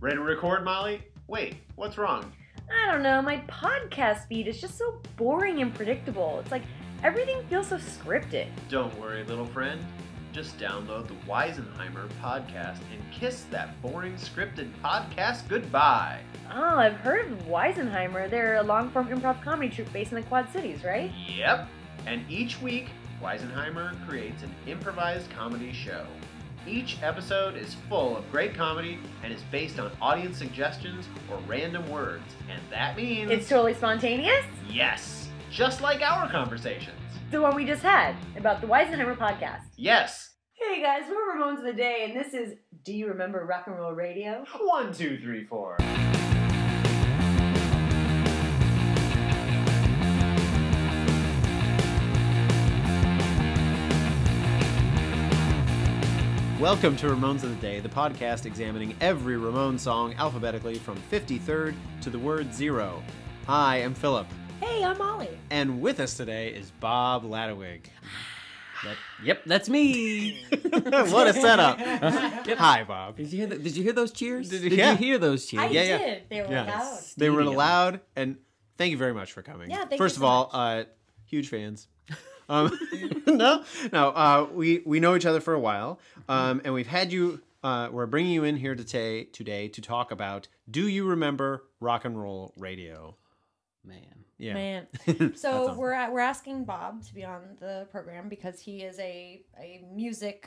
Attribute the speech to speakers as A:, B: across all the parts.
A: Ready to record, Molly? Wait, what's wrong?
B: I don't know, my podcast feed is just so boring and predictable. It's like everything feels so scripted.
A: Don't worry, little friend. Just download the Weisenheimer podcast and kiss that boring scripted podcast goodbye.
B: Oh, I've heard of Weisenheimer. They're a long form improv comedy troupe based in the Quad Cities, right?
A: Yep. And each week, Weisenheimer creates an improvised comedy show. Each episode is full of great comedy and is based on audience suggestions or random words. And that means
B: It's totally spontaneous?
A: yes, just like our conversations.
B: The one we just had about the Weisenheimer podcast.
A: Yes.
B: Hey guys, we're Ramones of the Day, and this is Do You Remember Rock and Roll Radio?
A: One, two, three, four. Welcome to Ramones of the Day, the podcast examining every Ramones song alphabetically from 53rd to the word zero. I am Philip,
B: Hey, I'm Molly.
A: and with us today is Bob Ladowig.
C: That, yep, that's me.
A: what a setup!
C: Yep.
A: Hi, Bob.
C: Did you hear? Th- did you hear those cheers?
A: Did you- yeah.
C: hear those cheers?
B: I
A: Yeah, yeah.
B: did. They were
A: Yeah.
B: loud.
A: They were
C: Stadium.
A: loud, and thank you very much for coming.
B: Yeah, thank
A: First
B: you
A: of
B: so
A: all, uh, huge fans. Um, no, no, uh, we we know each other for a while, um, and we've had you. Uh, we're bringing you in here today today to talk about. Do you remember rock and roll radio?
C: Man,
A: Yeah,
D: Man.
C: That's
D: So
C: awesome.
D: we're we're asking Bob to be on the program because he is a a music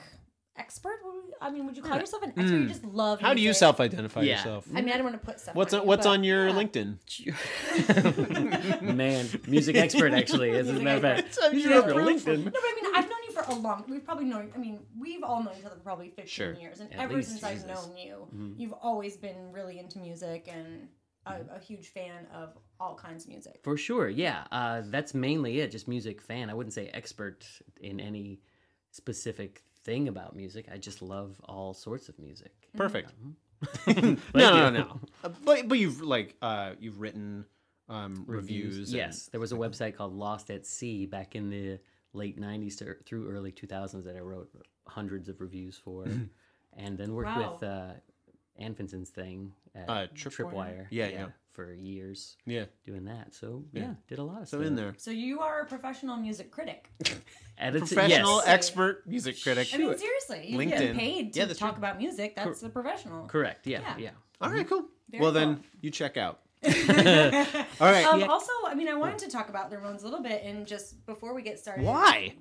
D: expert. Would we- I mean, would you call yourself an expert? You just love.
A: Hmm. how do you
D: music.
A: self-identify
C: Yeah.
A: yourself?
D: I mean, I don't want to put stuff.
A: What's
D: on,
A: on, what's
D: but-
A: on your
D: yeah.
A: LinkedIn?
B: Mm-hmm.
C: man, music expert actually. As a
D: Music
C: matter of
D: expert.
C: fact,
A: It's on
C: You
A: your
C: have a
D: No,
A: LinkedIn.
D: but I mean, I've known you for a long. We've probably known. I mean, we've all known each other for probably fifteen
A: Sure.
D: years, and
C: At
D: ever
C: least,
D: since I've
C: Jesus.
D: known you, you've always been really into music and a, a huge fan of all kinds of music.
C: for sure. Yeah, uh, that's mainly it. Just music fan. I wouldn't say expert in any specific thing about music. I just love all sorts of music.
A: Perfect.
C: Um,
A: no, no, no,
C: Thank you.
A: no. Uh, But but you've like uh, you've written um, reviews. and-
C: Yes, there was a website called Lost at Sea back in the late '90s to, through early 2000s that I wrote hundreds of reviews for,
A: Mm-hmm.
C: and then worked
D: Wow.
C: with uh, Anfinson's thing, at
A: Uh, Tripwire? Yeah, yeah.
C: for years
A: Yeah.
C: doing that. So yeah, did a lot of
A: So
C: stuff.
A: in there.
D: So you are a professional music critic.
C: And it's,
A: professional
C: yes,
A: expert music critic.
D: I mean, seriously, you get
A: LinkedIn.
D: paid to
A: Yeah, that's
D: talk
A: true.
D: about music. That's a professional.
C: correct. Yeah,
D: Yeah.
C: yeah.
A: All right, cool.
D: Very
A: well, then
D: cool.
A: you check out. All right.
D: Um,
C: Yeah.
D: Also, I mean, I wanted to talk about the Ramones a little bit, and just before we get started,
A: Why?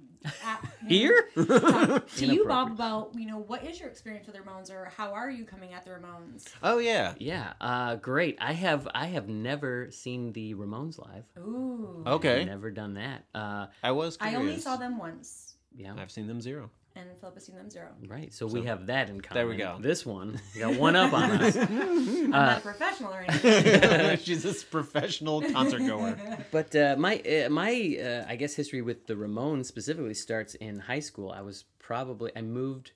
D: at-
C: Here,
D: talk to you, Bob,
C: Inappropriate.
D: about you know what is your experience with the Ramones, or how are you coming at the Ramones?
A: Oh yeah.
C: yeah, uh, great. I have I have never seen the Ramones live.
D: Ooh,
A: Okay.
C: never done that. Uh,
A: I was.
D: I
A: Curious.
D: only saw them once,
C: yeah,
A: I've seen them zero.
D: and Philip has seen them zero.
C: Right, so, we have that in common.
A: There we go.
C: This one we got one up on us.
D: I'm not a professional or anything.
A: She's this professional concert goer.
C: But uh, my uh, my uh, I guess history with the Ramones specifically starts in high school. I was probably I moved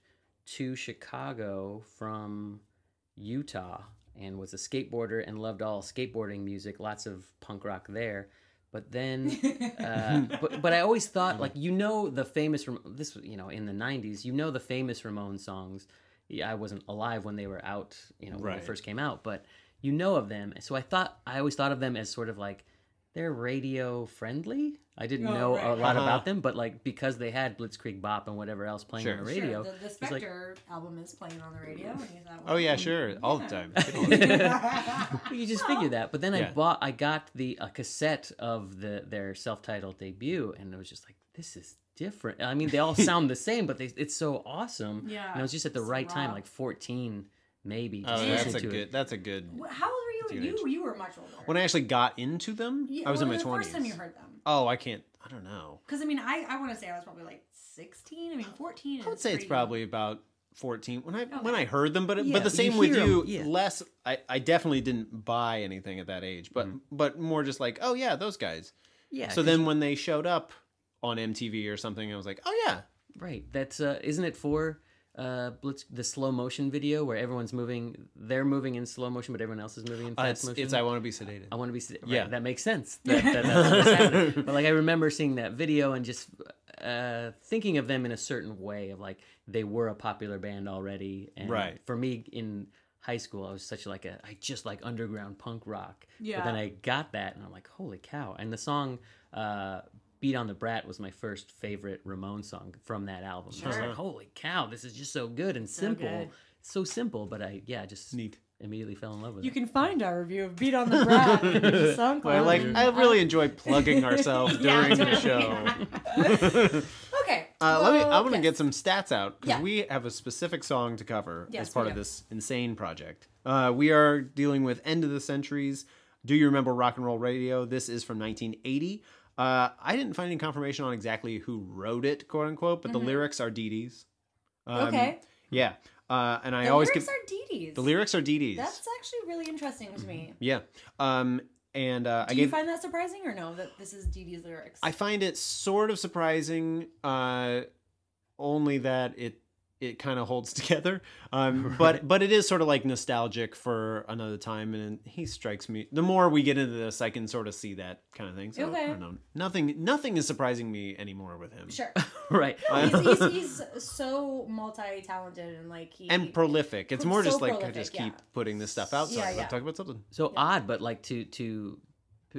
C: to Chicago from Utah and was a skateboarder and loved all skateboarding music, lots of punk rock there. But then, uh, but, but I always thought like you know the famous Ram- this was, you know in the '90s you know the famous Ramones songs. Yeah, I wasn't alive when they were out, you know, when
A: Right.
C: they first came out, but you know of them. So I thought I always thought of them as sort of like they're radio friendly. I didn't
D: Oh,
C: know a
D: right.
C: lot
A: Uh-huh.
C: about them, but like because they had Blitzkrieg Bop and whatever else playing
A: Sure.
C: on the
D: Sure,
C: radio,
D: the, the
C: it's like-
D: Spectre album is playing on the radio. And you thought,
A: Oh yeah, sure. All the
D: Yeah.
A: time.
C: Well, you just figure that. But then
A: Yeah.
C: I bought, I got the a cassette of the their self-titled debut, and it was just like, this is different. I mean, they all sound the same, but they, it's so awesome.
D: Yeah,
C: and I was just at the
D: it's
C: right time,
D: raw.
C: like fourteen, maybe. Just
A: Oh, that's a
C: listening to
A: good.
C: it.
A: That's a good.
D: Wh- How old were you?
A: Teenage.
D: You you were much older.
A: When I actually got into them,
D: Yeah,
A: I was in my
D: when was the
A: twenties.
D: First time you heard them.
A: Oh, I can't. I don't know.
D: Because I mean, I, I want to say I was probably like sixteen. I mean, fourteen.
A: I would
D: is
A: say it's
D: pretty-
A: probably about 14 when I when I heard them, but it
C: Yeah,
A: but the
C: but you
A: same with
C: hear
A: you.
C: 'em, yeah.
A: Less, I, I definitely didn't buy anything at that age, but but more just like oh yeah, those guys.
C: Yeah.
A: so
C: 'cause-
A: then when they showed up on MTV or something, I was like oh yeah,
C: right, that's uh, isn't it for uh Blitz the slow motion video where everyone's moving, they're moving in slow motion, but everyone else is moving in
A: Uh,
C: fast
A: it's,
C: motion.
A: it's I want to be sedated.
C: I want to be. Sid- Right,
A: Yeah.
C: that makes sense. That, that, that's what's happening. But like, I remember seeing that video and just uh, thinking of them in a certain way of like they were a popular band already. And
A: Right.
C: For me, in hi- high school, I was such like a I just like underground punk rock.
E: Yeah.
C: But then I got that, and I'm like, holy cow! And the song uh, "Beat on the Brat" was my first favorite Ramon song from that album. I was
A: Sure.
C: like, holy cow, this is just so good and simple,
E: good.
C: so simple. But I yeah, just
A: Neat.
C: immediately fell in love with
E: You
C: it.
E: can find our review of Beat on the Brat in the SoundCloud.
A: But I like
C: Oh,
A: I really enjoy plugging ourselves during the
D: totally.
A: show.
D: Okay.
A: Uh, let me. I
D: well,
A: want to
D: yes.
A: get some stats out because
D: Yeah.
A: we have a specific song to cover
D: Yes,
A: as part
D: we
A: of
D: do.
A: this insane project. Uh, we are dealing with end of the centuries. Do you remember rock and roll radio? This is from 1980. Uh, I didn't find any confirmation on exactly who wrote it, quote unquote, but the lyrics are Dee Dee's. Um,
D: Mm-hmm. okay.
A: Yeah, uh, and I
D: The
A: always
D: lyrics
A: give
D: are Dee Dee's.
A: the lyrics are Dee Dee's.
D: That's actually really interesting to me.
A: Yeah, um, and uh, I
D: Do
A: gave.
D: you find that surprising or no? That this is Dee Dee's lyrics.
A: I find it sort of surprising, uh, only that it it kind of holds together. Um, But but it is sort of like nostalgic for another time, and he strikes me. The more we get into this, I can sort of see that kind of thing. So I
D: Okay.
A: don't know. Nothing nothing is surprising me anymore with him.
D: sure.
C: right.
D: he's, he's, he's so multi-talented and like he
A: And prolific. It's more
D: So
A: just like
D: prolific,
A: I just
D: yeah.
A: keep putting this stuff out. Sorry,
D: Yeah,
A: yeah,
D: yeah.
A: talk about something.
C: so odd but like to to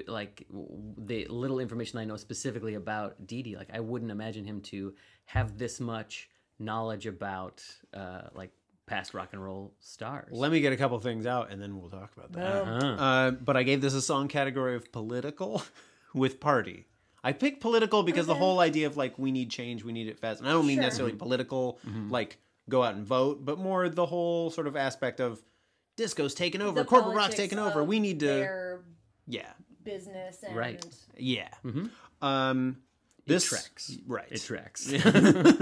C: like w- the little information i know specifically about dd like i wouldn't imagine him to have this much knowledge about uh like past rock and roll stars
A: Let me get a couple things out, and then we'll talk about that.
C: uh-huh.
A: Uh, but I gave this a song category of political with party. I picked political because the
D: Okay.
A: whole idea of like we need change, we need it fast, and I don't mean
D: Sure.
A: necessarily
C: Mm-hmm.
A: political, like go out and vote, but more the whole sort of aspect of disco's taken over,
D: the
A: corporate rock's
D: politics
A: taken
D: of
A: over. We need to,
D: their
A: yeah,
D: business and
C: Right.
A: yeah.
C: Mhm.
A: Um, this
C: tracks.
A: right?
C: it tracks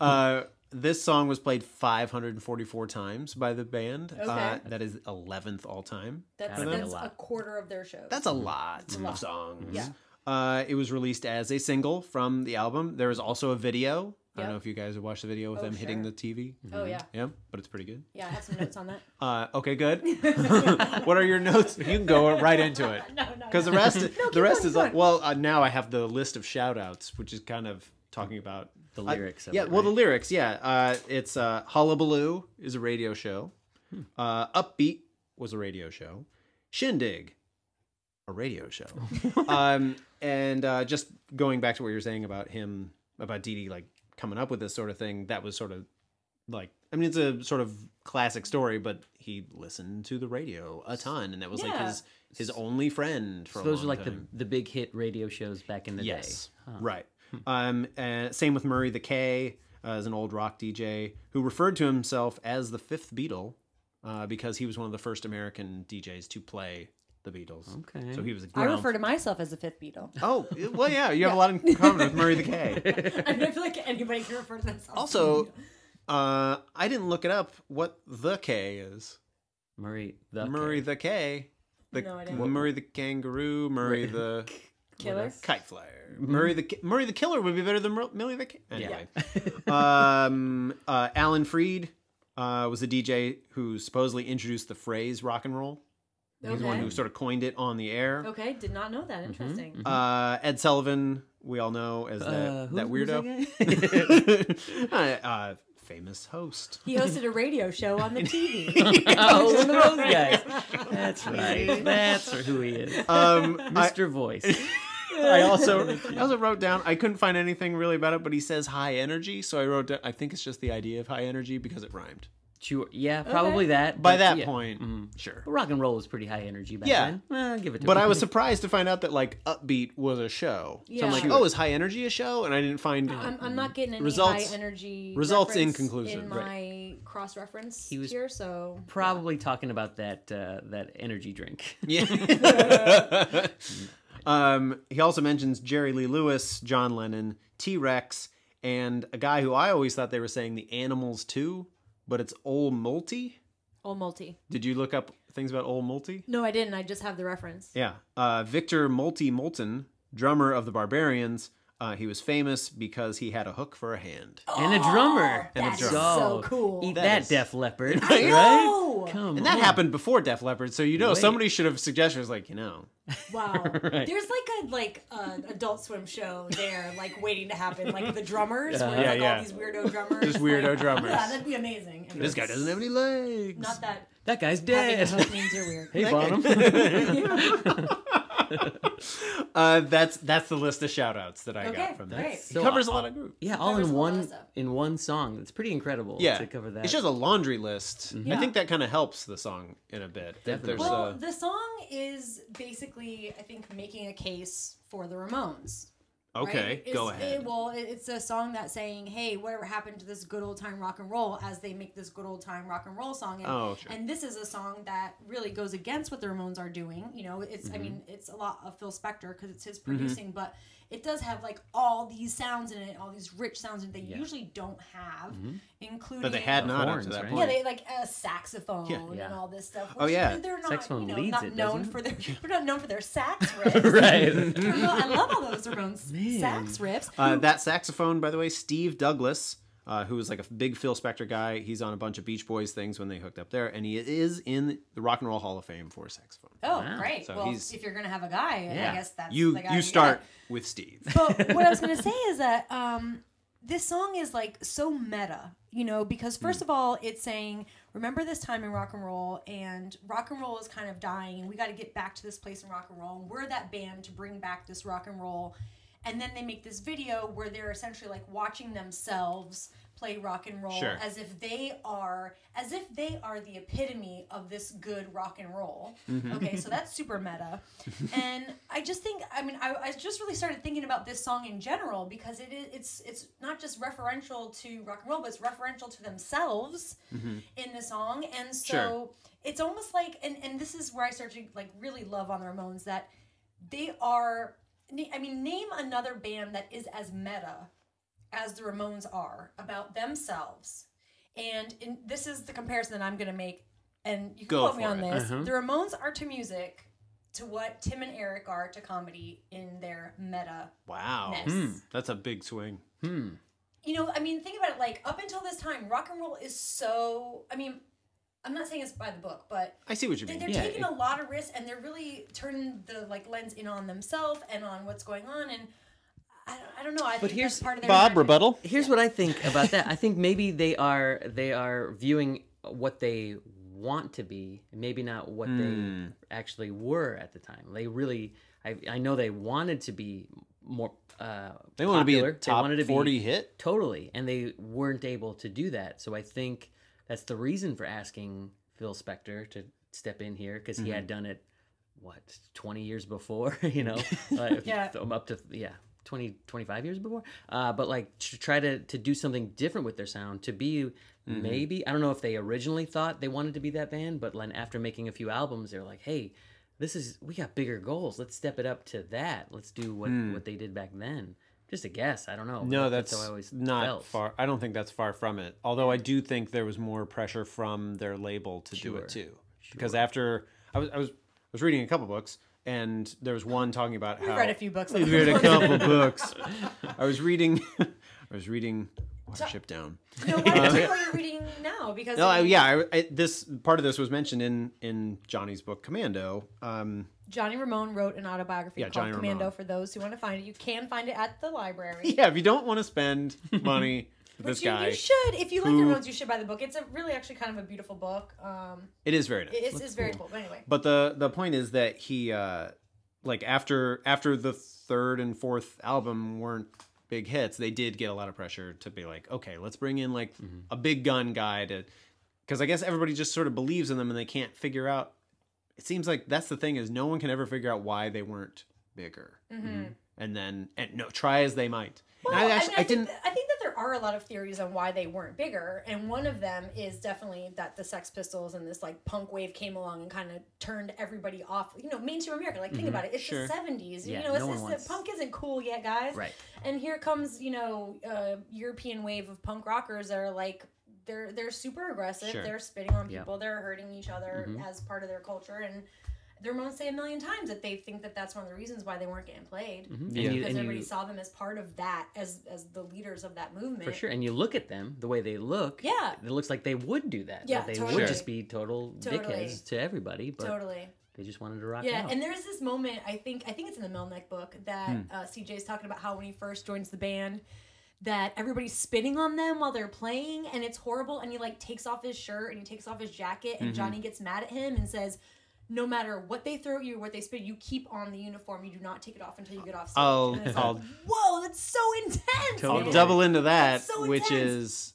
A: uh, this song was played 544 times by the band. Uh,
D: Okay.
A: that is 11th all time.
D: That's,
C: Gotta be a
D: that's a,
C: lot.
D: quarter of their shows.
A: That's Mm-hmm. a lot of songs.
D: Yeah.
A: Uh, it was released as a single from the album. There is also a video. I
D: Yep.
A: don't know if you guys have watched the video with
D: Oh,
A: them hitting the
D: sure.
A: TV.
D: oh yeah,
A: Yeah, but it's pretty good.
D: yeah. I have some notes on that.
A: Uh, okay, good. what are your notes? You can go right into it.
D: no, no.
A: Because the rest, the rest is like, well, uh, now I have the list of shout outs, which is kind of talking about
C: the
A: I-
C: lyrics of
A: yeah,
C: it,
A: well, the
C: right?
A: lyrics. Yeah, uh, it's uh, Hullabaloo is a radio show.
C: Hmm.
A: Uh, Upbeat was a radio show. Shindig, a radio show. um, and uh, just going back to what you were saying about him, about Dee Dee, like coming up with this sort of thing. That was sort of like, I mean, it's a sort of classic story, but he listened to the radio a ton, and that was like
D: Yeah.
A: his his only friend for
C: so
A: a
C: those are
A: long
C: like
A: time.
C: the the big hit radio shows back in the
A: Yes.
C: day Hmm.
A: Right. Um, and same with Murray the K, uh, as an old rock DJ who referred to himself as the fifth Beatle uh, because he was one of the first American DJs to play the Beatles.
C: Okay.
A: So he was a
D: I
A: ground.
D: refer to myself as the fifth Beatle.
A: Oh, well, yeah, you have a lot in common with Murray the K.
D: I mean, I feel like anybody can refer to themselves.
A: Also, uh, I didn't look it up what the K is.
C: murray the
A: Murray the K. The,
D: No idea.
A: Murray the kangaroo, Murray the
D: killer.
A: kite flyer. Murray the Ki- Murray the killer would be better than Mur- Millie the K. Anyway,
C: K.
A: um, uh, Alan Freed uh, was a DJ who supposedly introduced the phrase rock and roll. He's the one
D: Okay.
A: who sort of coined it on the air.
D: Okay, did not know that. Interesting.
A: Uh, Ed Sullivan, we all know as that,
C: Uh, who-
A: that
C: who's
A: weirdo. uh, uh, famous host.
D: He hosted a radio show on the TV.
C: oh one of those guys that's right that's who he is
A: Um, I,
C: mr voice
A: I also I also wrote down I couldn't find anything really about it, but he says high energy, so I wrote down I think it's just the idea of high energy because it rhymed.
C: Sure. Yeah, probably that.
A: By
C: but
A: that
C: yeah. Mm-hmm.
A: point, sure.
C: rock and roll was pretty high energy back
A: Yeah.
C: then. Eh, give it to
A: But
C: him.
A: I was surprised to find out that like Upbeat was a show. So I'm
D: Yeah. Um,
A: like,
D: Sure.
A: oh, is High Energy a show? And I didn't find.
D: I'm, I'm not getting any
A: Results-
D: high energy
A: results
D: reference
A: inconclusive,
D: in my cross reference
C: He was-
D: here. So
C: probably talking about that uh, that energy drink.
A: Yeah. um, he also mentions Jerry Lee Lewis, John Lennon, T Rex, and a guy who I always thought they were saying the Animals too, but it's Ol Multi.
D: all multi.
A: Did you look up things about Ol Multi?
D: No, I didn't. I just have the reference.
A: Yeah. Uh, Victor Multi Moulton, drummer of the Barbarians. Uh, he was famous because he had a hook for a hand.
C: and a drummer.
A: And a
D: Oh, That's
A: drummer.
D: so cool.
C: Eat
A: That
C: that,
A: is-
C: Def Leppard.
D: I know!
C: Right? Come
A: And that
C: on.
A: happened before Def Leppard, so you know
C: Wait.
A: somebody should have suggested. was like, you know,
D: Wow. There's like a like uh, Adult Swim show there, like waiting to happen, like the drummers, where it's
A: Yeah,
D: like
A: yeah.
D: all these weirdo drummers,
A: Just weirdo
D: like-
A: drummers.
D: Yeah, that'd be amazing.
A: this guy doesn't have any legs.
D: Not that.
C: that guy's
E: Having a
C: dead.
E: hook means you're weird.
C: hey,
A: That
C: Bonham.
A: uh, that's that's the list of shout outs that I got
D: Okay,
A: from
D: great.
A: that. uh, It
C: So
A: covers a lot of groups.
C: yeah, all
D: Covers
C: in
D: a lot of
C: one
D: stuff.
C: in one song. It's pretty incredible
A: Yeah,
C: to cover that.
A: it's just a laundry list. I
D: Mm-hmm. Yeah.
A: think that kind of helps the song in a bit. That there's uh,
D: Well,
A: a,
D: the song is basically, I think, making a case for the Ramones. right?
A: okay,
D: It's-
A: go
D: it-
A: ahead.
D: well, it- it's a song that's saying, "Hey, whatever happened to this good old time rock and roll?" As they make this good old time rock and roll song. And,
A: Oh, sure.
D: and this is a song that really goes against what the Ramones are doing. You know, it's I
A: Mm-hmm.
D: mean, it's a lot of Phil Spector because it's his producing, but it does have like all these sounds in it, all these rich sounds that they
C: Yeah.
D: usually don't have, including
A: Mm-hmm. But they had not up
C: Horns,
A: to that
C: right?
A: point.
D: yeah, they like a saxophone
A: Yeah.
D: and
C: Yeah.
D: all this stuff. Which
A: Oh, yeah.
D: they're not,
C: Saxophone
D: you know,
C: leads
D: not
C: it,
D: known
C: doesn't it?
D: for their they're not known for their sax riffs.
C: right.
D: I love- I love all those Ramones sax riffs.
A: Uh, that saxophone, by the way, Steve Douglas, uh, who was like a big Phil Spector guy. He's on a bunch of Beach Boys things when they hooked up there, and he is in the Rock and Roll Hall of Fame for saxophone.
D: oh,
C: Wow.
D: great!
A: So
D: well,
A: he's-
D: if you're gonna have a guy,
C: Yeah.
D: I guess that's
A: you
D: the guy
A: you
D: get.
A: start with Steve.
D: But what I was gonna say is that um, this song is like so meta, you know, because
A: Hmm.
D: first of all, it's saying remember this time in rock and roll, and rock and roll is kind of dying, and we got to get back to this place in rock and roll, and we're that band to bring back this rock and roll. And then they make this video where they're essentially like watching themselves play rock and roll
A: Sure.
D: as if they are as if they are the epitome of this good rock and roll.
A: Mm-hmm.
D: Okay, so that's super meta. and I just think I mean I, I just really started thinking about this song in general because it is it's it's not just referential to rock and roll, but it's referential to themselves in the song. And
A: Mm-hmm.
D: so
A: Sure.
D: it's almost like and, and this is where I started to like really love on the Ramones that they are na- I mean, name another band that is as meta as the Ramones are about themselves. And in, this is the comparison that I'm going to make, and you can
A: Go
D: quote me
A: for
D: on
A: it.
D: this.
C: Uh-huh.
D: The Ramones are to music to what Tim and Eric are to comedy in their meta.
A: Wow,
D: Yes. Hmm.
A: that's a big swing.
C: Hmm.
D: You know, I mean, think about it. Like, up until this time, rock and roll is so. I mean, I'm not saying it's by the book, but
A: I see what you
D: they-
A: mean.
D: they're
C: Yeah,
D: taking
C: it-
D: a lot of risks and they're really turning the like lens in on themselves and on what's going on and I don't, I don't know I think
C: here's
D: that's part of their
F: Bob
D: magic.
F: rebuttal.
C: Here's what I think about that. I think maybe they are they are viewing what they want to be, maybe not what
A: Hmm.
C: they actually were at the time. They really, I, I know they wanted to be more. Uh,
A: They want to be
C: popular.
A: a
C: They
A: top
C: wanted to be-
A: forty hit.
C: Totally. And they weren't able to do that. So I think that's the reason for asking Phil Spector to step in here because he had done it, what, 20 years before, you know? uh,
D: Yeah.
C: um, Up to, yeah. 20 25 years before uh, but like to try to to do something different with their sound to be maybe i don't know if they originally thought they wanted to be that band but then after making a few albums they're like hey this is we got bigger goals let's step it up to that let's do what what they did back then just a guess i don't know
A: Hmm. No,
C: but
A: that's
C: how I always
A: not
C: felt.
A: far. I don't think that's far from it. Although I do think there was more pressure from their label to do
C: Sure.
A: it too, because after I was I was I was reading a couple books, and there was one talking about how
D: I've read a few books.
A: I read a couple books. I was reading. I was reading Watership Down.
D: No, why don't you tell what you're reading now? Because
A: No, I,
D: I mean,
A: yeah. I, I, this part of this was mentioned in in Johnny's book Commando. Um,
D: Johnny Ramone wrote an autobiography
A: Yeah,
D: called
A: Johnny
D: Commando.
A: Ramone.
D: For those who want to find it, you can find it at the library.
A: yeah, if you don't want to spend money, with
D: Which
A: this
D: you,
A: guy,
D: you should, if you like
A: who-
D: the Ramones, you should buy the book. It's a really actually kind of a beautiful book. Um,
A: it is very nice.
D: it- it's, it's very cool. But anyway,
A: But the the point is that he uh like after after the third and fourth album weren't big hits, they did get a lot of pressure to be like, okay, let's bring in like a big gun guy to cuz I guess everybody just sort of believes in them and they can't figure out it seems like that's the thing is no one can ever figure out why they weren't bigger. And then and no try as they might. And
D: Mm-hmm. Well,
A: I actually
D: mean,
A: I,
D: think
A: didn't
D: that- I think that there are a lot of theories on why they weren't bigger, and one of them is definitely that the Sex Pistols and this like punk wave came along and kind of turned everybody off. You know, mainstream America. Like, think about it. It's
A: Mm-hmm. Sure.
D: the '70s.
C: Yeah,
D: you know, it's,
C: no
D: it's,
C: one wants-
D: punk isn't cool yet, guys.
C: Right.
D: And here comes you know uh, European wave of punk rockers that are like. They're, they're super aggressive.
A: Sure.
D: They're spitting on
C: Yeah. Mm-hmm.
D: people. They're hurting each other as part of their culture. And they're going to say a million times that they think that that's one of the reasons why they weren't getting played
C: And
A: Yeah.
C: you-
D: because
C: Mm-hmm. and you-
D: everybody saw them as part of that as as the leaders of that movement
C: for sure and you look at them the way they look
D: Yeah.
C: it looks like they would do that
D: Yeah,
C: that they
D: totally.
C: would just be total
D: Totally.
C: dickheads to everybody but
D: totally
C: they just wanted to rock
D: yeah
C: out
D: and there's this
C: Hmm.
D: moment i think i think it's in the melnick book that uh, cj's talking about how when he first joins the band that everybody's spitting on them while they're playing and it's horrible and he like takes off his shirt and he takes off his jacket
C: Mm-hmm.
D: and Johnny gets mad at him and says no matter what they throw at you, what they spit, you keep on the uniform. You do not take it off until you get off stage.
A: I'll-
D: And it's
A: I'll-
D: like, whoa, that's so intense.
C: Oh, Totally.
A: I'll double into that,
D: That's so
A: which
D: intense.
A: is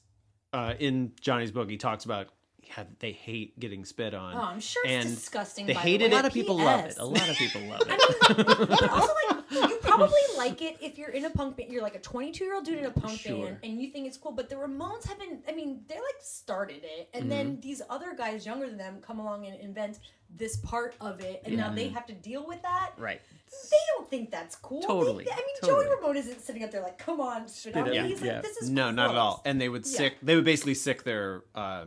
A: uh, in Johnny's book. He talks about how they hate getting spit on.
D: Oh, I'm sure it's
A: And
D: disgusting.
A: they
D: by
A: hated
C: A
D: the way.
A: it.
C: lot of people love it.
D: P.S.
C: A lot of people love it.
D: I mean, and also like you probably like it if you're in a punk band. You're like a 22 year old dude in a punk band,
C: Sure.
D: and you think it's cool. But the Ramones have been. I mean, they like started it,
C: Mm-hmm.
D: and then these other guys younger than them come along and invent this part of it, and now they have to deal with that.
C: right.
D: They don't think that's cool. They-
C: Totally,
D: I mean,
C: totally.
D: Joey Ramone isn't sitting up there like, "Come on, spit on
C: it
D: me."
C: out,
D: He's
C: yeah.
D: like, "This is
A: no, not at
D: gross."
A: all. And they would sick. They would basically sick their uh,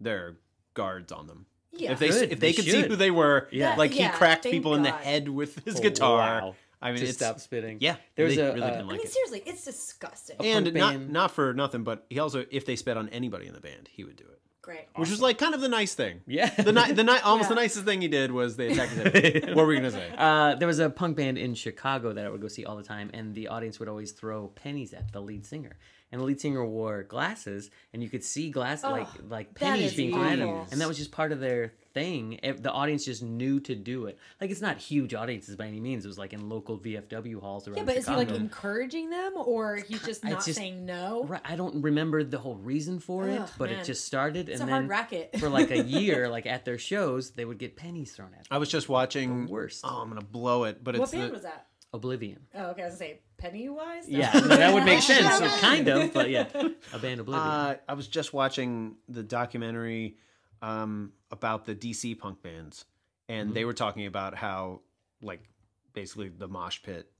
A: their guards on them.
D: Yeah.
A: If they
C: Good,
A: if they,
C: they
A: could see
C: should.
A: who they were,
C: Yeah.
A: like
D: Yeah,
A: he cracked
D: thank
A: people in the
D: God.
A: head with his
C: Oh,
A: guitar.
C: wow.
A: I mean,
C: to
A: it's
C: stop spitting.
A: Yeah,
C: There was
A: they
C: a,
A: really
C: uh,
A: didn't
D: I
A: like
D: mean,
A: it.
D: seriously, it's disgusting.
C: A-
A: and
C: punk
A: not
C: band.
A: not for nothing, but he also if they spit on anybody in the band, he would do it,
D: Great.
A: which was like kind of the nice thing.
C: Yeah.
A: the ni- the ni- almost the
D: Yeah.
A: nicest thing he did was they attacked his head. what were we gonna say?
C: Uh, there was a punk band in Chicago that I would go see all the time, and the audience would always throw pennies at the lead singer. And the lead singer wore glasses, and you could see glass like like
D: Oh, that
C: pennies
D: is
C: being thrown at him.
D: awful.
C: And that was just part of their thing. It- the audience just knew to do it. Like it's not huge audiences by any means. It was like in local VFW halls around
E: Yeah, but is he
C: Chicago.
E: like encouraging them, or he's just
C: It's
E: not
C: just-
E: saying no?
C: Right, I don't remember the whole reason for it,
D: Ugh,
C: but
D: man.
C: it just started,
D: It's
C: and
D: a hard
C: then
D: racket.
C: for like a year, like at their shows, they would get pennies thrown at them.
A: I was just watching.
C: The worst.
A: Oh, I'm gonna blow it, but
D: what
A: it's
D: band
A: the,
D: was that?
C: Oblivion.
D: Oh, okay. I was gonna say Pennywise. No.
C: Yeah, no, that would make sense, kind of, but yeah, a band Oblivion.
A: Uh, I was just watching the documentary um, about the DC punk bands, and
C: Mm-hmm.
A: they were talking about how, like, basically the mosh pit,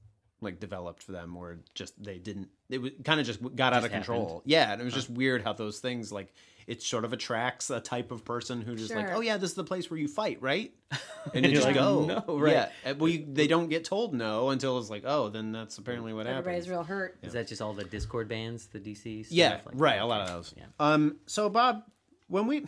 A: like, developed for them, where just they didn't, it was kind of just got out of control. Yeah, and it was just weird how those things, like, it sort of attracts a type of person who just like,
D: Sure.
A: oh yeah, this is the place where you fight, right? And, you
C: you're
A: just
C: like,
A: go,
C: "No, right."
A: Yeah, Uh, well, you, they don't get told no until it's like, oh, then that's apparently what happens.
D: Everybody's real hurt.
C: Is that just all the Discord bands, the DC? Stuff?
A: Yeah,
C: Like,
A: right. A lot of those.
C: Yeah.
A: Um. So Bob, when we,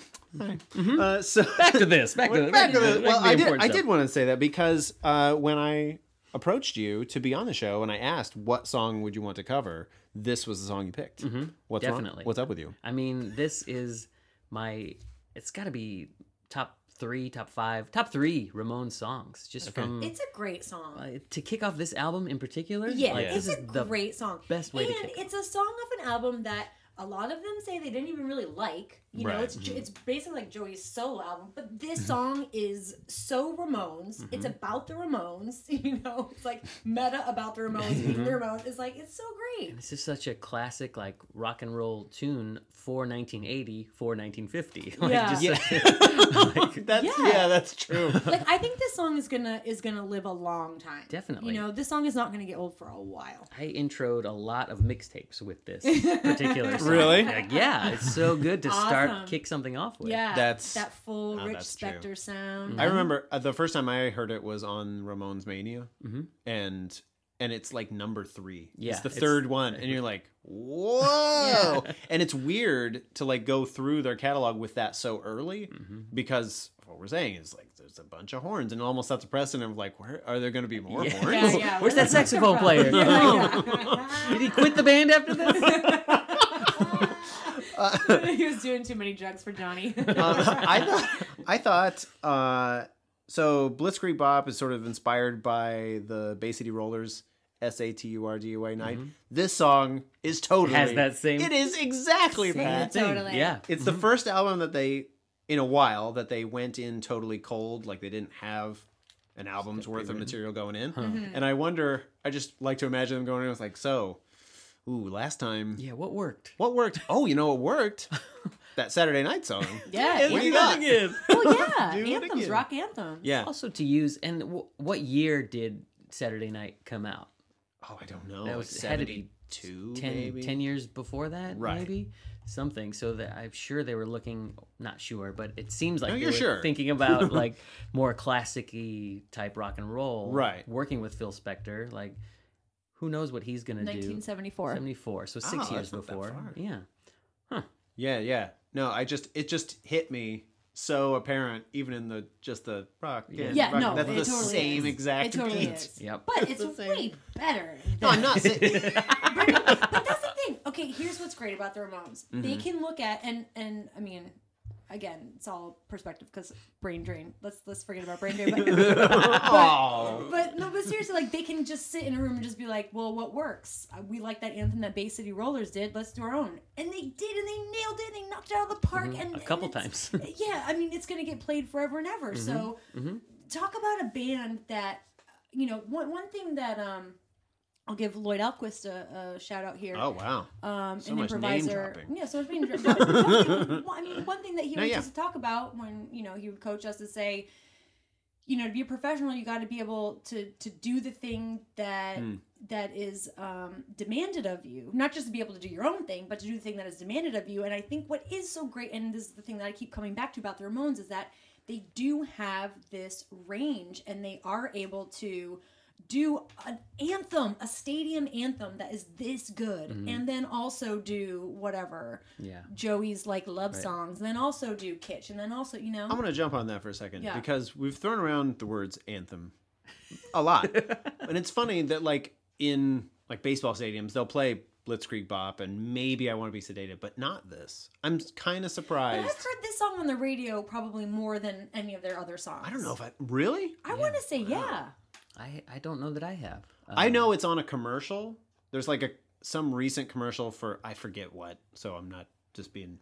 A: uh, so
C: Back to this. Back to this.
A: back to the, well, I did.
C: important
A: I did
C: stuff.
A: want to say that because uh, when I approached you to be on the show and I asked what song would you want to cover, this was the song you picked. What's wrong-
C: Definitely.
A: what's up with you?
C: I mean, this is my. It's got to be top three, top five, top three Ramon songs. Just from
D: It's a great song.
C: uh, to kick off this album in particular.
D: Yeah,
C: like,
D: it's
C: this
D: a
C: is the
D: great song.
C: best way to
D: and
C: kick
D: it's a song off an album that a lot of them say they didn't even really like. You know,
A: Right.
D: it's
C: mhm.
D: it's basically like Joey's solo album, but this
C: Mm-hmm.
D: song is so Ramones. It's about the Ramones. You know, it's like meta about the Ramones.
C: Mm-hmm.
D: being the Ramones It's like it's so great.
C: This is such a classic, like rock and roll tune for 1980, for 1950. Like,
D: Yeah.
C: just
A: That's
D: Yeah. yeah,
A: That's true.
D: Like I think this song is gonna is gonna live a long time.
C: Definitely.
D: You know, this song is not gonna get old for a while.
C: I introed a lot of mixtapes with this particular song.
A: Really?
C: Like, yeah, it's so good to
D: Awesome.
C: start kick something off with.
D: Yeah,
A: That's-
D: that full
A: oh,
D: Rich
A: that's true.
D: Spector sound.
A: I
C: Mm-hmm.
A: remember uh, the first time I heard it was on Ramones Mania,
C: Mhm.
A: and and it's like number three.
C: Yeah,
A: it's the
C: it's-
A: third one, and you're like, whoa! And it's weird to like go through their catalog with that so early
C: Mm-hmm.
A: because what we're saying is like there's a bunch of horns, and it almost that's a precedent of like, where are there going to be more
C: Yeah.
A: horns?
D: Yeah, yeah.
C: Where's that saxophone player?
D: Yeah.
C: Did he quit the band after
A: Um,
C: this?
D: he was doing too many drugs for Johnny.
A: Uh, I thought, I thought uh, so Blitzkrieg Bop is sort of inspired by the Bay City Rollers S A T U R D U A night. This song is totally
C: Has that same-
A: It is exactly
D: Same
A: that.
D: thing. Totally.
C: Yeah.
A: It's the first album that they in a while that they went in totally cold, like they didn't have an album's worth of material going in. And I wonder, I just like to imagine them going in with like, so, ooh, last time
C: Yeah, what worked?
A: what worked? Oh, you know what worked? that Saturday night song.
D: yeah.
A: What do you got?
D: Well, yeah.
A: Do it
D: Anthems,
A: again.
D: rock anthems.
A: Yeah.
C: Also to use, and w- what year did Saturday Night come out?
A: Oh, I don't know.
C: That
A: That was
C: was- had to be
A: 72,
C: 10,
A: maybe?
C: 10 years before that,
A: Right.
C: maybe? Something. So that I'm sure they were looking, not sure, but it seems like
A: No,
C: they
A: you're
C: were
A: sure.
C: thinking about like more classic y type rock and roll.
A: Right.
C: Working with Phil Spector. Like, who knows what he's going to do?
D: 1974.
C: 74. So six
A: Oh, that's
C: years
A: not that
C: before.
A: far.
C: Yeah.
A: Yeah, yeah. No, I just it just hit me so apparent, even in the just the rock. and
D: Yeah,
A: rock-
D: no,
A: that's
D: it
A: the
D: totally
A: same
D: is.
A: exact
D: It totally
A: beat.
D: is.
C: Yep.
D: But it's way better.
A: No, I'm not saying.
D: but that's the thing. okay, here's what's great about the Ramones. They
A: Mm-hmm.
D: can look at and and I mean, again, it's all perspective because brain drain. Let's let's forget about brain drain. But,
A: Oh.
D: but no, but seriously, like they can just sit in a room and just be like, well, what works? Uh, We like that anthem that Bay City Rollers did. Let's do our own. And they did, and they nailed it. and They knocked it out of the
A: Mm-hmm.
D: park. And
C: a
D: and
C: couple
D: it's-
C: times.
D: yeah, I mean, it's going to get played forever and ever. So,
A: Mm-hmm,
D: talk about a band that, you know, one, one thing that um, I'll give Lloyd Alquist a, a shout out here.
A: Oh wow.
D: um,
A: so
D: an
A: much name
D: improviser.
A: dropping.
D: Yeah, so much name dropping. No, no, I mean, one thing that he
A: No,
D: would
A: yeah.
D: just talk about when you know he would coach us is say, you know, to be a professional, you got to be able to to do the thing that that is um, demanded of you. Not just to be able to do your own thing, but to do the thing that is demanded of you. And I think what is so great, and this is the thing that I keep coming back to about the Ramones, is that they do have this range, and they are able to do an anthem, a stadium anthem that is this good, and then also do whatever
C: Yeah.
D: Joey's like love songs, and then also do Kitsch, and then also you know.
A: I'm gonna jump on that for a second
D: Yeah.
A: because we've thrown around the words anthem a lot, and it's funny that like in like baseball stadiums they'll play Blitzkrieg Bop and maybe I want to be sedated, but not this. I'm kind of
D: But I've
A: surprised.
D: heard this song on the radio probably more than any of their other songs.
A: I don't know if I really.
D: I want to say yeah.
C: I, I don't know that I have.
A: I
C: Um,
A: know it's on a commercial. There's like a some recent commercial for I forget what, so I'm not just being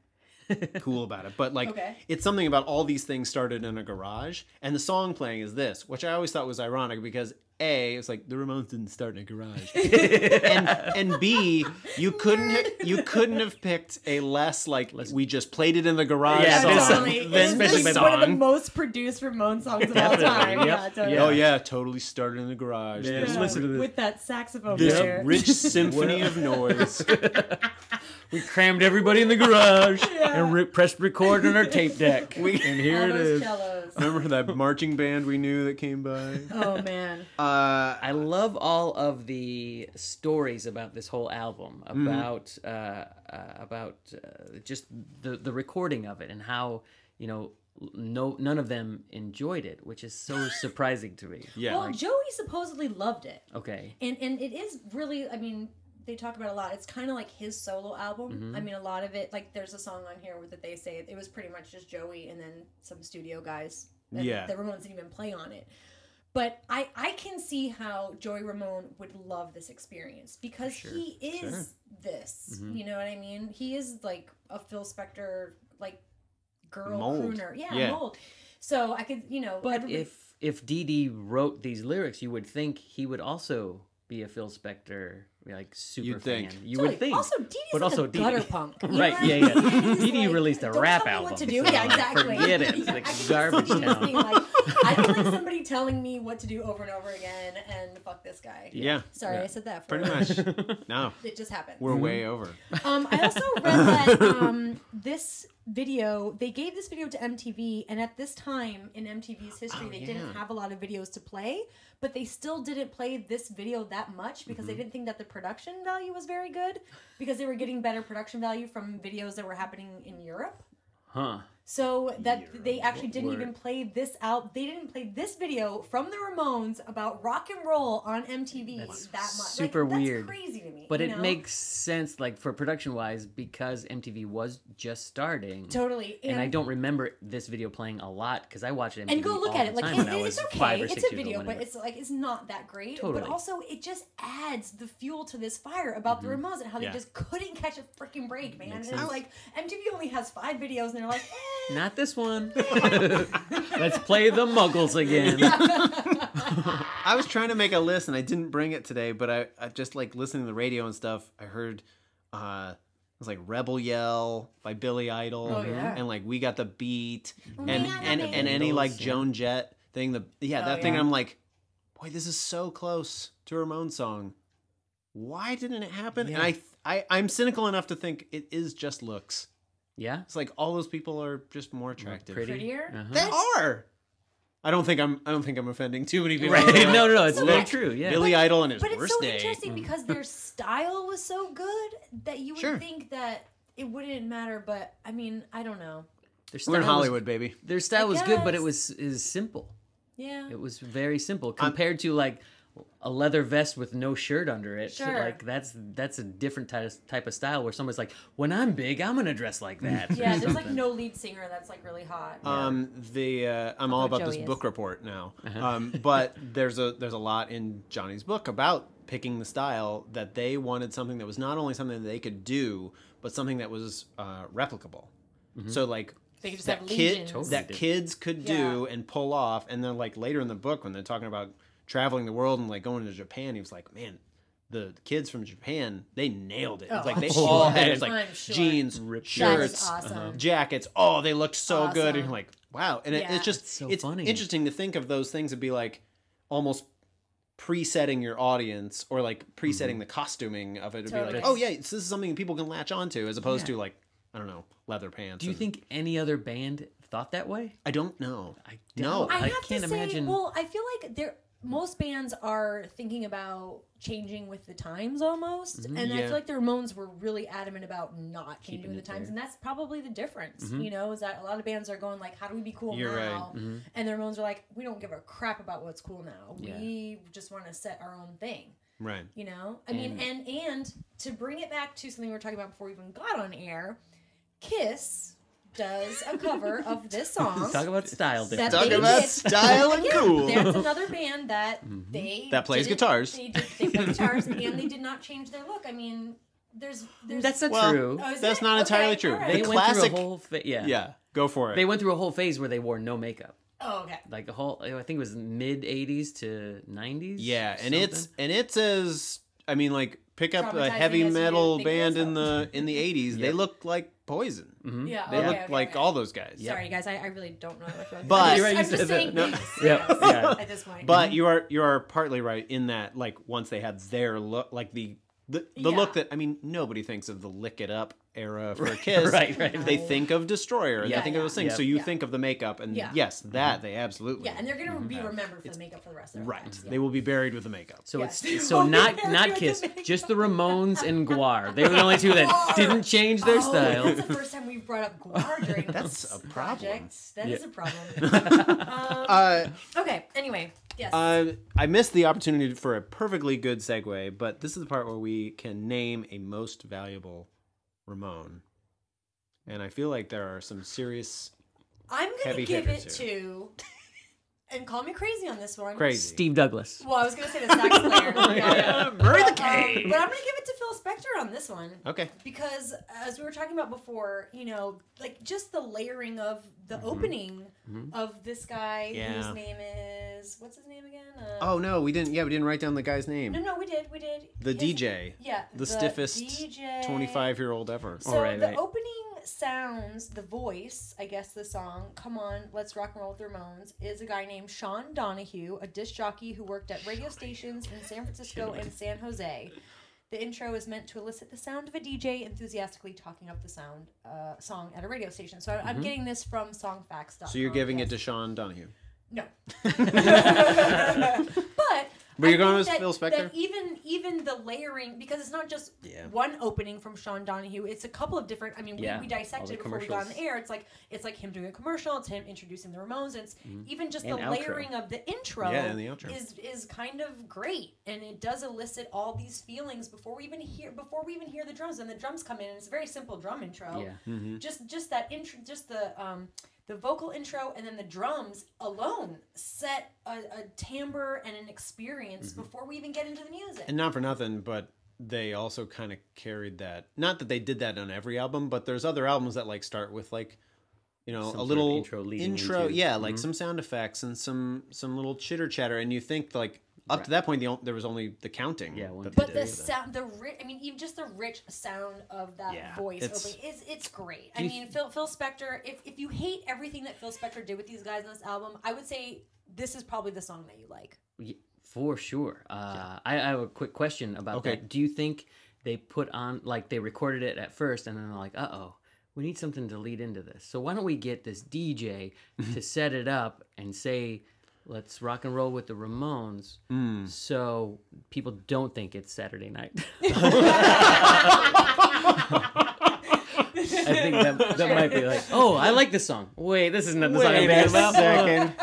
A: cool about it. But like
D: Okay.
A: it's something about all these things started in a garage and the song playing is this, which I always thought was ironic because A, it's like the Ramones didn't start in a garage. and and B, you couldn't ha- you couldn't have picked a less like we just played it in the garage
C: Yeah,
A: song
C: definitely.
A: than
C: Especially
A: this
C: by
A: song.
D: one of the most produced Ramon songs of all time.
C: Definitely, yep.
D: Yeah, totally.
C: Yeah.
A: Oh yeah, totally started in the garage.
C: Yeah,
A: This-
C: just listen to this.
D: With that saxophone
A: This
D: player.
A: rich symphony of noise.
C: We crammed everybody in the garage and re- pressed record on our tape deck. and here
D: All
C: it
D: those
C: is.
D: cellos.
A: Remember that marching band we knew that came by?
D: Oh man.
A: Uh,
C: I love all of the stories about this whole album,
A: Mm-hmm.
C: about uh, uh, about uh, just the the recording of it and how you know no none of them enjoyed it, which is so surprising to me.
A: yeah.
D: Well, Joey supposedly loved it.
C: Okay.
D: and and it is really i mean they talk about it a lot it's kind of like his solo album
A: Mm-hmm.
D: i mean a lot of it like there's a song on here where that they say it, was pretty much just joey and then some studio guys and
A: Yeah.
D: the ramones didn't even play on it but i i can see how joey ramone would love this experience because he is this
A: Mm-hmm.
D: you know what i mean he is like a phil spector like girl
A: Mold.
D: crooner yeah,
A: Yeah.
D: mold so i could you know
C: But
D: everybody-
C: if if Dee Dee wrote these lyrics, you would think he would also be a Phil Spector like super
A: You'd
C: fan.
A: think.
C: You
D: Totally.
C: would think.
D: Also, Dee Dee's
C: But
D: like
C: also
D: a
C: Dee Dee.
D: gutter punk. you know
C: Right,
D: what I
C: yeah,
D: mean?
C: yeah.
D: He's
C: Dee Dee
D: like,
C: released a
D: "Don't
C: rap
D: tell me What to
C: album,
D: do?
C: so,
D: yeah,
C: like,
D: exactly.
C: forget it. It's
D: Yeah,
C: like
D: I can just
C: garbage
D: see Dee
C: town.
D: being Like, I feel like somebody telling me what to do over and over again, and fuck this guy.
A: yeah,
D: Sorry, I said that. For
A: pretty much. No,
D: It just happened.
A: we're way over.
D: Um, I also read that um, this video they gave this video to MTV, and at this time in MTV's history,
A: Oh,
D: they
A: yeah.
D: didn't have a lot of videos to play, but they still didn't play this video that much because
C: Mm-hmm.
D: they didn't think that the production value was very good because they were getting better production value from videos that were happening in Europe.
C: Huh.
D: So that they actually didn't
C: word?
D: even play this out. They didn't play this video from the Ramones about rock and roll on MTV that much. Like,
C: super
D: that's
C: weird.
D: crazy to me.
C: But
D: you
C: it
D: know?
C: makes sense, like for production wise, because MTV was just starting.
D: totally.
C: and I don't remember this video playing a lot because I watched it
D: and go
C: MTV
D: look
C: all
D: at
C: the
D: it. Like
C: time
D: it,
C: when I was
D: it's
C: five
D: okay,
C: or
D: it's
C: six
D: a
C: years old,
D: video, but
C: whatever.
D: it's like it's not that great.
C: Totally.
D: But also, it just adds the fuel to this fire about the Ramones and how
A: Yeah.
D: they just couldn't catch a freaking break, man.
C: Mm-hmm. Makes
D: and
C: sense.
D: it's like MTV only has five videos, and they're like, eh.
C: not this one. Let's play the Muggles again.
A: I was trying to make a list and I didn't bring it today, but I, I just like listening to the radio and stuff. I heard uh, it was like "Rebel Yell" by Billy Idol,
D: Oh, yeah.
A: and like "We Got the Beat," and
D: yeah,
A: and,
D: that
A: and any like
C: Beatles, yeah.
A: Joan Jett thing. The yeah, that thing.
D: Oh, yeah.
A: I'm like, boy, this is so close to a Ramon song. Why didn't it happen? And
C: Yeah.
A: I, th- I I'm cynical enough to think it is just looks.
C: Yeah.
A: It's like all those people are just more attractive.
C: Pretty.
D: Prettier?
C: Uh-huh.
A: They are. I don't think I'm. I don't think I'm offending too many people.
C: Right. No, no, no. It's
D: So
C: very
D: that's-
C: true. Yeah.
A: Billy Idol and his
D: But it's
A: worst
D: so
A: day.
D: interesting
C: Mm-hmm.
D: because their style was so good that you would
A: Sure.
D: think that it wouldn't matter. But I mean, I don't know.
A: We're
C: Their
A: in
C: style was-
A: Hollywood, baby.
C: their style was good, but it
D: guess.
C: was is simple.
D: Yeah.
C: It was very simple compared to like a leather vest with no shirt under it.
D: Sure.
C: Like that's that's a different type of, type of style where someone's like, when I'm big, I'm gonna dress like that. or
D: Yeah, there's like
C: something. Uh,
D: no lead singer that's like really hot.
A: Um, the uh, I'm all about this
E: Joey is.
A: book report now.
C: Uh-huh.
A: Um, but there's a there's a lot in Johnny's book about picking the style that they wanted something that was not only something that they could do, but something that was uh, replicable.
C: Mm-hmm.
A: So like
E: They could just
A: that
E: have
A: kid
E: legions.
C: Totally.
A: that
C: did.
A: kids could do and pull off, and then like later in the book when they're talking about traveling the world and like going to Japan, he was like, man. The kids from Japan, they nailed it. It's like they
D: I'm
A: all
D: sure.
A: had it's
D: Oh. I'm
A: like
D: sure.
A: jeans,
D: that
A: shirts,
D: is awesome.
C: Uh-huh.
A: jackets. Oh, they looked so good. And
D: Awesome.
A: you're like, wow. And it,
D: Yeah.
A: it's just it's,
C: It's so funny.
A: interesting to think of those things and be like almost presetting your audience or like presetting
C: Mm-hmm.
A: the costuming of it to be
D: Totally.
A: like, oh yeah, it's, this is something people can latch onto as opposed to like I don't know leather pants.
C: Do you
A: and-
C: think any other band thought that way?
A: I don't know.
C: I
A: No.
C: doubt
D: I
C: it.
D: have
C: can't
D: to say,
C: imagine.
D: well, I feel like there most bands are thinking about changing with the times almost, and I
A: Yeah.
D: feel like the Ramones were really adamant about not changing
C: Mm-hmm, Keeping
D: with the
C: it
D: times,
C: there. Mm-hmm.
D: and that's probably the difference. You know, is that a lot of bands are going like, "How do we be cool
A: You're right.
D: now?" And the Ramones are like, "We don't give a crap about what's cool now.
C: Yeah.
D: We just want to set our own thing."
A: Right.
D: You know, I mean, and and to bring it back to something we were talking about before we even got on air, Kiss does a cover of this song.
C: Talk about style
D: That
C: difference.
D: they
A: Talk about
D: did.
A: style and
D: Yeah,
A: cool.
D: There's another band that they
A: That plays
D: didn't-
A: guitars.
D: They, did, they play guitars, and they did not change their look. I mean, there's there's
C: That's not
A: Well,
C: true.
D: Oh, is
A: That's
D: it?
A: not
D: Okay,
A: entirely true.
D: all right.
C: They
A: The
C: went
A: classic-
C: through a whole fa- yeah.
A: Yeah. Go for it.
C: They went through a whole phase where they wore no makeup.
D: oh okay.
C: Like the whole I think it was mid 80s to 90s.
A: yeah, and
C: something.
A: it's and it's as I mean like pick up a
D: Traumatizing
A: heavy
D: as you
A: metal
D: think it
A: band
D: is.
A: in the in the 80s. They
C: Yep.
A: looked like poison.
C: Mm-hmm.
D: Yeah.
A: They
D: okay,
A: looked
D: okay,
A: like
D: okay.
A: all those guys.
D: Sorry, guys. I, I really don't know much about
A: But-
D: this.
A: You're
C: right, you
D: I'm just
C: said
D: saying
A: that. No.
D: things
C: Yeah,
D: yes,
C: yeah.
D: at this point.
A: But
C: Mm-hmm.
A: you are you are partly right in that like once they had their look like the the, the
D: Yeah.
A: look that I mean nobody thinks of the lick it up era for Kiss.
C: right, right.
A: They think of Destroyer. and
C: Yeah.
A: they think
D: Yeah.
A: of those things.
C: Yeah. Mm-hmm.
A: So you
D: Yeah.
A: think of the makeup and
D: Yeah.
A: yes, that they absolutely
D: yeah, and they're gonna be remembered for the makeup for the rest of their
A: right.
D: lives.
A: They will be buried with the makeup.
C: So
D: Yes.
C: it's so
D: Oh,
C: not
D: yeah,
C: not
D: you're
C: Kiss,
D: the makeup.
C: just the Ramones and Guar. They were the only two that didn't change their
D: Oh,
C: style.
D: That's the first time we've brought up Guar during
A: That's
D: this
A: a problem.
D: project. That is
C: Yeah.
D: a problem. Um,
A: Uh,
D: okay. Anyway, yes.
A: uh, I missed the opportunity for a perfectly good segue, but this is the part where we can name a most valuable Ramon. And I feel like there are some serious
D: I'm gonna
A: heavy
D: give it
A: hitters
D: to, and call me crazy on this one.
A: crazy.
C: Steve Douglas.
D: Well, I was gonna say the sax player, yeah, yeah.
A: Bury the
D: Um,
A: cave.
D: but I'm gonna give it to Phil Spector on this one
A: Okay.
D: because, as we were talking about before, you know, like just the layering of the opening of this guy
A: Mm-hmm. Yeah.
D: whose name is what's his name again? Uh,
A: Oh no, we didn't. Yeah, we didn't write down the guy's name.
D: no, no, we did, we did.
A: The
D: His-
A: DJ,
D: Yeah,
A: the, stiffest
D: DJ.
A: twenty-five-year-old ever.
D: So
C: right,
D: the
C: right.
D: opening sounds, the voice, I guess the song, Come On, Let's Rock and Roll with the Ramones, is a guy named Sean Donahue, a disc jockey who worked at radio stations in San Francisco and San Jose. The intro is meant to elicit the sound of a DJ enthusiastically talking up the sound uh, song at a radio station. So I, I'm getting this from songfacts.com.
A: Mm-hmm. So you're giving
D: yes.
A: it to Sean Donahue.
D: No. but
A: But you're going
D: I think
A: with
D: that-
A: Phil Spector?
D: That even even the layering because it's not just
A: Yeah.
D: one opening from Sean Donahue. It's a couple of different. I mean,
C: Yeah,
D: we, we
C: all
D: dissected
C: the
D: it before we got on the
C: commercials.
D: air. It's like it's like him doing a commercial. It's him introducing the Ramones. And it's even just
C: And
D: the
C: outro.
D: layering of the intro.
A: Mm-hmm. Yeah, and the outro.
D: is is kind of great, and it does elicit all these feelings before we even hear before we even hear the drums. And the drums come in, and it's a very simple drum intro
C: Yeah.
A: Mm-hmm.
D: just just that intro just the um the vocal intro and then the drums alone set a, a timbre and an experience before we even get into the music
A: Mm-hmm. And not for nothing, but they also kind of carried that. Not that they did that on every album, but there's other albums that like start with like, you know,
C: sort
A: a
C: of
A: little
C: intro leading
A: intro,
C: into- Mm-hmm.
A: yeah, like some sound effects and some some little chitter chatter, and you think like up to that point the, on- there was only the counting.
C: Yeah, one,
A: that they
C: two,
D: but
A: did
D: the
A: for them.
D: sound the rich i mean even just the rich sound of that
A: Yeah,
D: voice
A: it's-
D: opening is it's great i
C: Do you
D: mean phil phil spector if, if you hate everything that phil spector did with these guys on this album i would say this is probably the song that you like
C: Ye- For sure. Uh, I, I have a quick question about
A: Okay.
C: that. Do you think they put on like they recorded it at first and then they're like, uh oh, we need something to lead into this. So why don't we get this DJ to set it up and say, let's rock and roll with the Ramones,
A: Hmm.
C: so people don't think it's Saturday night. I think that, that might be like, oh, I like this song. Wait, this isn't the song I'm
A: Wait a
C: thinking about.
A: second.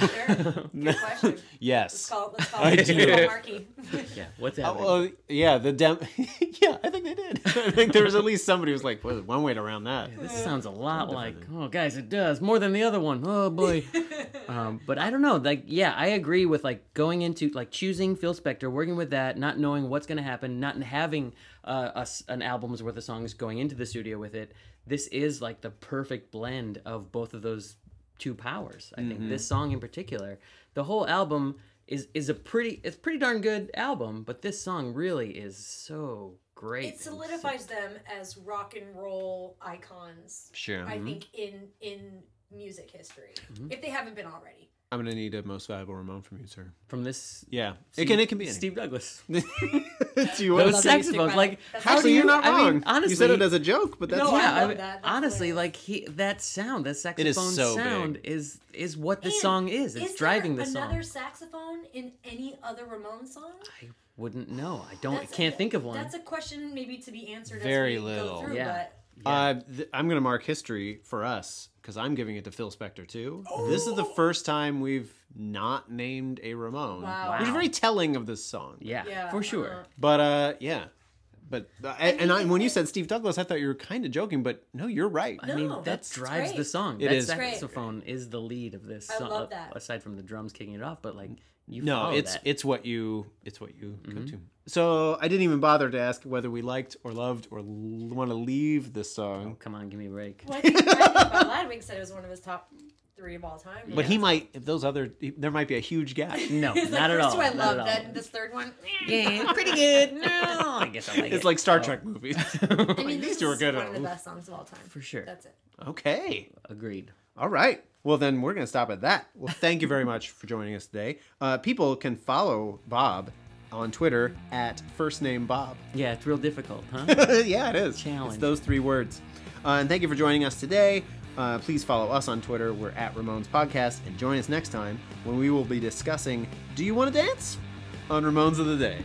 D: sure. Good question. Let's
F: yes.
D: call, let's call,
F: I
D: let's
F: do.
D: call Marky.
C: Yeah, what's
A: Oh,
C: happening?
A: well, yeah, the dem. yeah, I think they did. I think there was at least somebody who was like, well, there's one way to round that.
C: This sounds a lot like, oh, guys, it does more than the other one. Oh boy. um, but I don't know. Like, yeah, I agree with like going into like choosing Phil Spector, working with that, not knowing what's going to happen, not having uh, us an album's worth of songs going into the studio with it. This is like the perfect blend of both of those two powers. I think this song in particular, the whole album is is a pretty it's a pretty darn good album, but this song really is so great.
D: It
C: and so-
D: solidifies them as rock and roll icons.
A: Sure. Mm-hmm.
D: I think in in music history, if they haven't been already.
A: I'm gonna need a most valuable Ramon from you, sir.
C: from this.
A: Yeah, it can. It can be.
C: Steve Douglas.
A: any. Do you want to
C: those
D: that you stick
C: saxophones.
D: by
C: Like,
D: that.
C: how
A: Actually,
C: do you?
A: you're not
C: I
A: wrong.
C: mean, honestly,
A: you said it as a joke, but that's
C: no,
D: I
C: yeah,
D: love
C: I mean,
D: that. That's
C: honestly,
D: hilarious.
C: like he, that sound, that saxophone
A: is so
C: sound,
A: big.
C: is is what the
D: And
C: song is. It's
D: is
C: driving
D: there
C: the song.
D: Another saxophone in any other Ramon song?
C: I wouldn't know. I don't. I
D: That's-
C: can't think of one.
D: That's a question maybe to be answered.
F: Very
D: as we
F: little.
D: Go through,
C: Yeah.
A: Uh, th- I'm going to mark history for us because I'm giving it to Phil Spector too. This is
C: Oh.
A: the first time we've not named a Ramon,
D: Wow.
A: which is
C: Wow.
A: very telling of this song.
C: yeah,
D: But yeah,
C: for sure.
D: uh-uh.
A: But uh, yeah, but uh, and I, when you said Steve Douglas, I thought you were kind of joking, but no, you're right.
C: I mean,
D: No,
C: that
D: that's
C: drives the
D: great.
C: song.
A: It
C: that
A: is.
D: Great.
C: saxophone is the lead of this
D: I
C: song.
D: love
C: a-
D: that.
C: Aside from the drums kicking it off, but like you
A: No,
C: follow
A: it's
C: that. Mm-hmm.
A: it's what you it's what you go to. So I didn't even bother to ask whether we liked or loved or l- want to leave this song.
C: Come on, give me a break.
D: Well, I think Bob Ladwig said it was one of his top three of all time.
A: But he might if those other he- there might be a huge gap.
C: No,
D: He's like,
C: not at
D: first
C: all.
D: two I
C: not at
D: love,
C: all.
D: then this third one. eh.
C: Yeah, pretty good. No, I guess I like
A: It's
C: it.
A: like Star Trek movies.
D: I mean,
A: These
D: these
A: two
D: two
A: are good
D: One
A: at
D: of the
A: them.
D: best songs of all time.
C: For sure.
D: That's it.
A: okay.
C: Agreed.
A: All right. Well, then we're going to stop at that. Well, thank you very much for joining us today. Uh, people can follow Bob on Twitter at first name Bob.
C: Yeah, it's real difficult, huh?
A: yeah, it is. It's
C: Challenge.
A: those three words. Uh, and thank you for joining us today. Uh, please follow us on Twitter. We're at Ramones Podcast. And join us next time when we will be discussing Do You Want to Dance? on Ramones of the Day.